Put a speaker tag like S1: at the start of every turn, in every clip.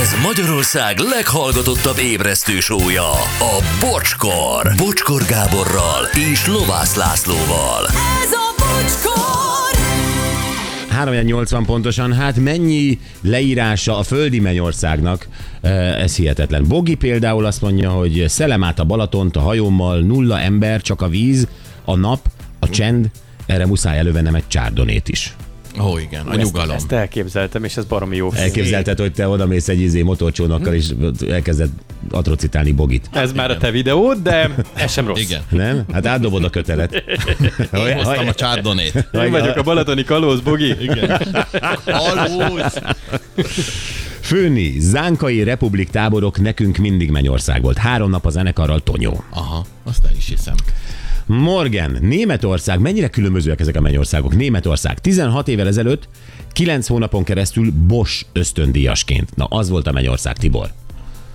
S1: Ez Magyarország leghallgatottabb ébresztő sója, a Bocskor. Bocskor Gáborral és Lovász Lászlóval.
S2: Ez a bocskor!
S3: 380 pontosan, hát mennyi leírása a földi mennyországnak, Eh, ez hihetetlen. Bogi például azt mondja, hogy szelem át a Balatont a hajómmal, nulla ember, csak a víz, a nap, a csend, erre muszáj elővennem egy csárdonét is.
S4: Ó, oh, igen, a nyugalom.
S5: Ezt elképzeltem, és ez baromi jó. film.
S3: Elképzelted, hogy te odamész egy izé motorcsónakkal, és elkezded atrocitálni Bogit.
S5: Ez már a te videód, de ez sem rossz.
S4: Igen.
S3: Nem? Hát átdobod a kötelet.
S4: Én hoztam a csárdonét.
S5: Én vagyok a balatoni kalóz, Bogi.
S4: Aludj!
S3: Főni, Zánkai Republik táborok nekünk mindig mennyország volt. Három nap a zenekarral Tonyó.
S4: Aha, azt el is hiszem.
S3: Morgan, Németország, mennyire különbözőek ezek a mennyországok? Németország 16 évvel ezelőtt 9 hónapon keresztül Bosch ösztöndíjasként. Na, az volt a mennyország, Tibor.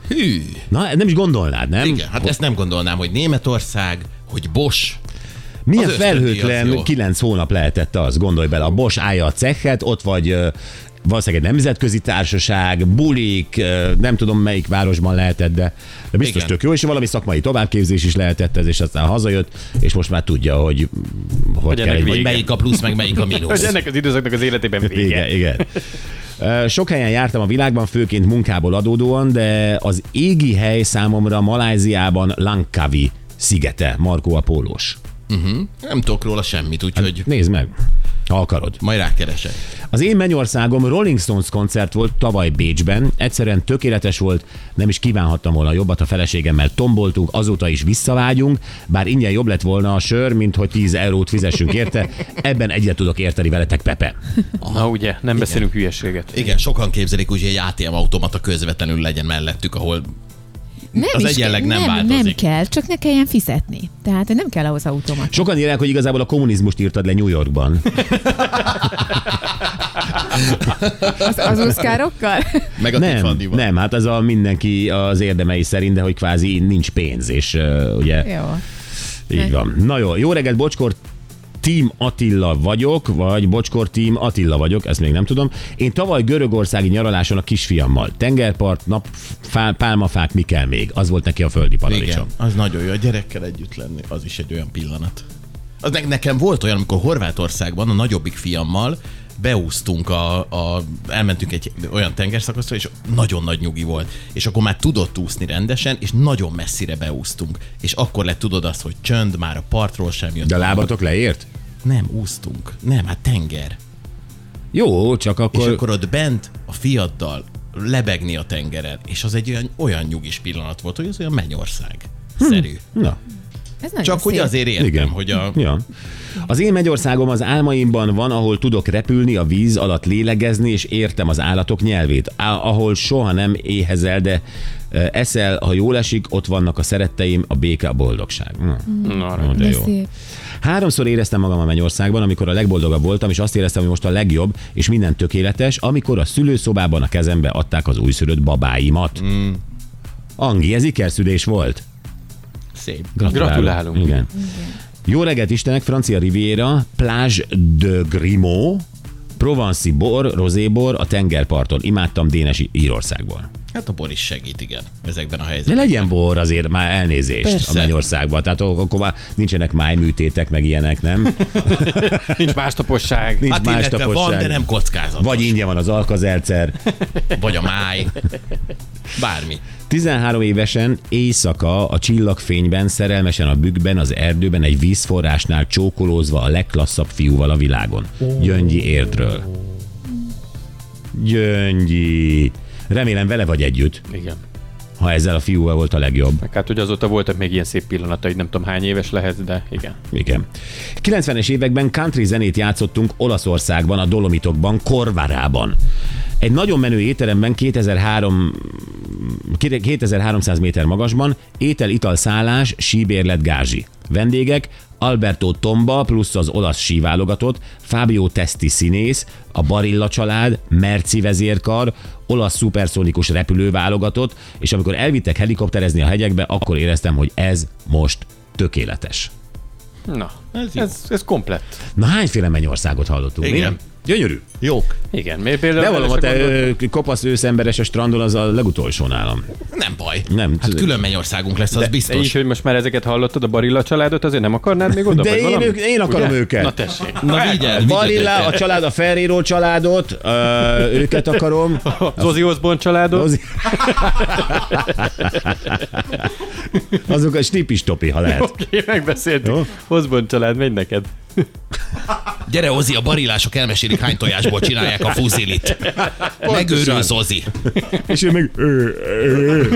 S4: Hű.
S3: Na, nem is gondolnád, nem?
S4: Igen, hát ezt nem gondolnám, hogy Németország, hogy Bosch.
S3: Milyen
S4: az ösztöndíj az
S3: felhőtlen
S4: jó.
S3: 9 hónap lehetett az, gondolj bele. A Bosch állja a cechet, ott vagy ö, valószínűleg egy nemzetközi társaság, bulik, ö, nem tudom melyik városban lehetett, de de biztos
S4: Igen.
S3: tök jó, és valami szakmai továbbképzés is lehetett ez, és aztán hazajött, és most már tudja, hogy hogy, hogy kell
S5: ennek
S3: egy
S4: Hogy
S5: Igen.
S4: melyik a plusz, meg melyik a
S5: Hogy
S4: mínusz.
S5: ennek az időszaknak az életében vége.
S3: Igen, igen. Ö, Sok helyen jártam a világban, főként munkából adódóan, de az égi hely számomra Maláziában Langkawi szigete, Markó a pólós.
S4: Nem tudok róla semmit, úgyhogy
S3: Nézd meg, ha akarod.
S4: majd rákeresek.
S3: Az én mennyországom Rolling Stones koncert volt tavaly Bécsben, egyszerűen tökéletes volt, nem is kívánhattam volna jobbat a feleségemmel, tomboltunk, azóta is visszavágyunk, bár ingyen jobb lett volna a sör, mint hogy 10 eurót fizessünk érte, ebben egyet tudok érteni veletek, Pepe.
S5: Na ugye, nem beszélünk hülyeséget.
S4: Igen, sokan képzelik úgy, hogy egy ATM automata közvetlenül legyen mellettük, ahol
S6: Nem
S4: Az
S6: is
S4: egyenleg
S6: kell-
S4: nem
S6: nem, nem
S4: változik.
S6: kell, csak ne kelljen fizetni. Tehát nem kell ahhoz automat.
S3: Sokan írják, hogy igazából a kommunizmust írtad le New Yorkban.
S6: Az, az oszkárokkal?
S4: meg a
S3: Nem,
S4: Tiffany-ban.
S3: nem, hát ez a mindenki az érdemei szerint, de hogy kvázi nincs pénz, és uh, ugye
S6: Jó.
S3: így van. Na jó, jó reggelt, Bocskor Team Attila vagyok, vagy Bocskor Team Attila vagyok, ezt még nem tudom. Én tavaly görögországi nyaraláson a kisfiammal. Tengerpart, nap, fá, pálmafák, mi kell még? Az volt neki a földi paradicsom.
S4: Igen, az nagyon jó. A gyerekkel együtt lenni, az is egy olyan pillanat. Az ne- nekem volt olyan, amikor Horvátországban a nagyobbik fiammal beúztunk, a, a, elmentünk egy olyan tengerszakaszra, és nagyon nagy nyugi volt. És akkor már tudott úszni rendesen, és nagyon messzire beúztunk. És akkor lett tudod azt, hogy csönd, már a partról sem jött.
S3: De a lábatok leért?
S4: Nem, úsztunk. Nem, hát tenger.
S3: Jó, csak
S4: És
S3: akkor...
S4: akkor ott bent a fiaddal lebegni a tengeren, és az egy olyan, olyan nyugis pillanat volt, hogy az olyan mennyország. Szerű.
S3: Na,
S6: Ez nagyon
S4: Csak
S6: szép.
S4: hogy azért értem,
S3: Igen.
S4: Igen. hogy a
S3: Ja. Az én megyországom az álmaimban van, ahol tudok repülni, a víz alatt lélegezni, és értem az állatok nyelvét. Á- Ahol soha nem éhezel, de eh, eszel, ha jól esik, ott vannak a szeretteim, a béke, a boldogság.
S4: Mhm.
S3: Hm.
S5: Na,
S3: De
S6: De
S3: jó.
S6: szép.
S3: Háromszor éreztem magam a mennyországban, amikor a legboldogabb voltam, és azt éreztem, hogy most a legjobb, és minden tökéletes, amikor a szülőszobában a kezembe adták az újszülött babáimat. Mm. Angi, ez ikerszülés volt.
S4: szép.
S5: Gratulálunk.
S3: Igen. Jó reggelt Istenek, Francia Riviera, Plage de Grimaud, Provenci bor, rozébor a tengerparton. Imádtam Dénesi Írországból.
S4: Hát a bor is segít, igen, ezekben a
S3: De
S4: helyzetekben.
S3: legyen bor azért már elnézést Persze.
S4: Persze.
S3: a Mennyországban. Tehát ak- akkor már nincsenek májműtétek, meg ilyenek, nem?
S5: nincs más taposság.
S3: Nincs
S4: Hát
S3: más
S4: illetve
S3: taposság.
S4: van, de nem kockázat.
S3: Vagy ingyen van az alkazercer.
S4: Vagy a máj. Bármi.
S3: 13 évesen éjszaka a csillagfényben, szerelmesen a bükkben, az erdőben, egy vízforrásnál csókolózva a legklasszabb fiúval a világon. Gyöngyi érdről. Gyöngyi. Remélem vele vagy együtt,
S5: Igen.
S3: ha ezzel a fiúval volt a legjobb.
S5: Meg hát ugye azóta voltak még ilyen szép pillanatai, nem tudom hány éves lehet, de igen.
S3: Igen. 90-es években country zenét játszottunk Olaszországban, a Dolomitokban, Korvarában. Egy nagyon menő étteremben 2003 2300 méter magasban étel, ital, szállás, síbérlet, gázsi. Vendégek Alberto Tomba plusz az olasz síválogatott, Fábio Testi színész, a Barilla család, Merci vezérkar, olasz szuperszónikus repülőválogatott, és amikor elvittek helikopterezni a hegyekbe, akkor éreztem, hogy ez most tökéletes.
S5: Na,
S4: Ez
S5: ez,
S4: jó.
S5: ez, ez komplett.
S3: Na hányféle mennyországot hallottunk?
S4: Igen.
S3: Mi? Gyönyörű.
S4: Jók.
S5: Igen, miért például...
S3: Bevallom, a
S5: vele se
S3: te
S5: gondoltam?
S3: ö, kopasz őszemberes a strandon az a legutolsó nálam.
S4: Nem baj.
S3: Nem,
S4: Hát
S3: tudod.
S4: külön mennyországunk lesz, az de,
S5: De így,
S4: biztos.
S5: hogy most már ezeket hallottad, a Barilla családot, azért nem akarnád még oda?
S3: De
S5: vagy
S3: én
S5: valami?
S3: ők- én akarom őket.
S5: Na tessék.
S4: Na vigyel,
S3: Barilla, a család, a Ferrero családot, ö, őket akarom.
S5: Az Ozzy Osbourne családot.
S3: Az... Azok a stipis topi, ha lehet.
S5: Oké, megbeszéltük.
S3: Jó.
S5: Osborne család, megy neked.
S4: Gyere, Ozi, a barilások elmesélik, hány tojásból csinálják a fuzilit. Megőrülsz, Ozi.
S3: És ő meg... Ö, ö, ö.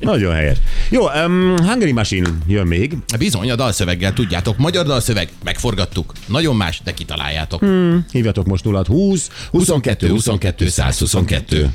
S3: Nagyon helyes. Jó, um, Hungary Machine jön még.
S4: Bizony, a dalszöveggel tudjátok. Magyar dalszöveg, megforgattuk. Nagyon
S3: Hmm.
S4: más, de kitaláljátok.
S3: Hívjatok most 0 20 22 22 122.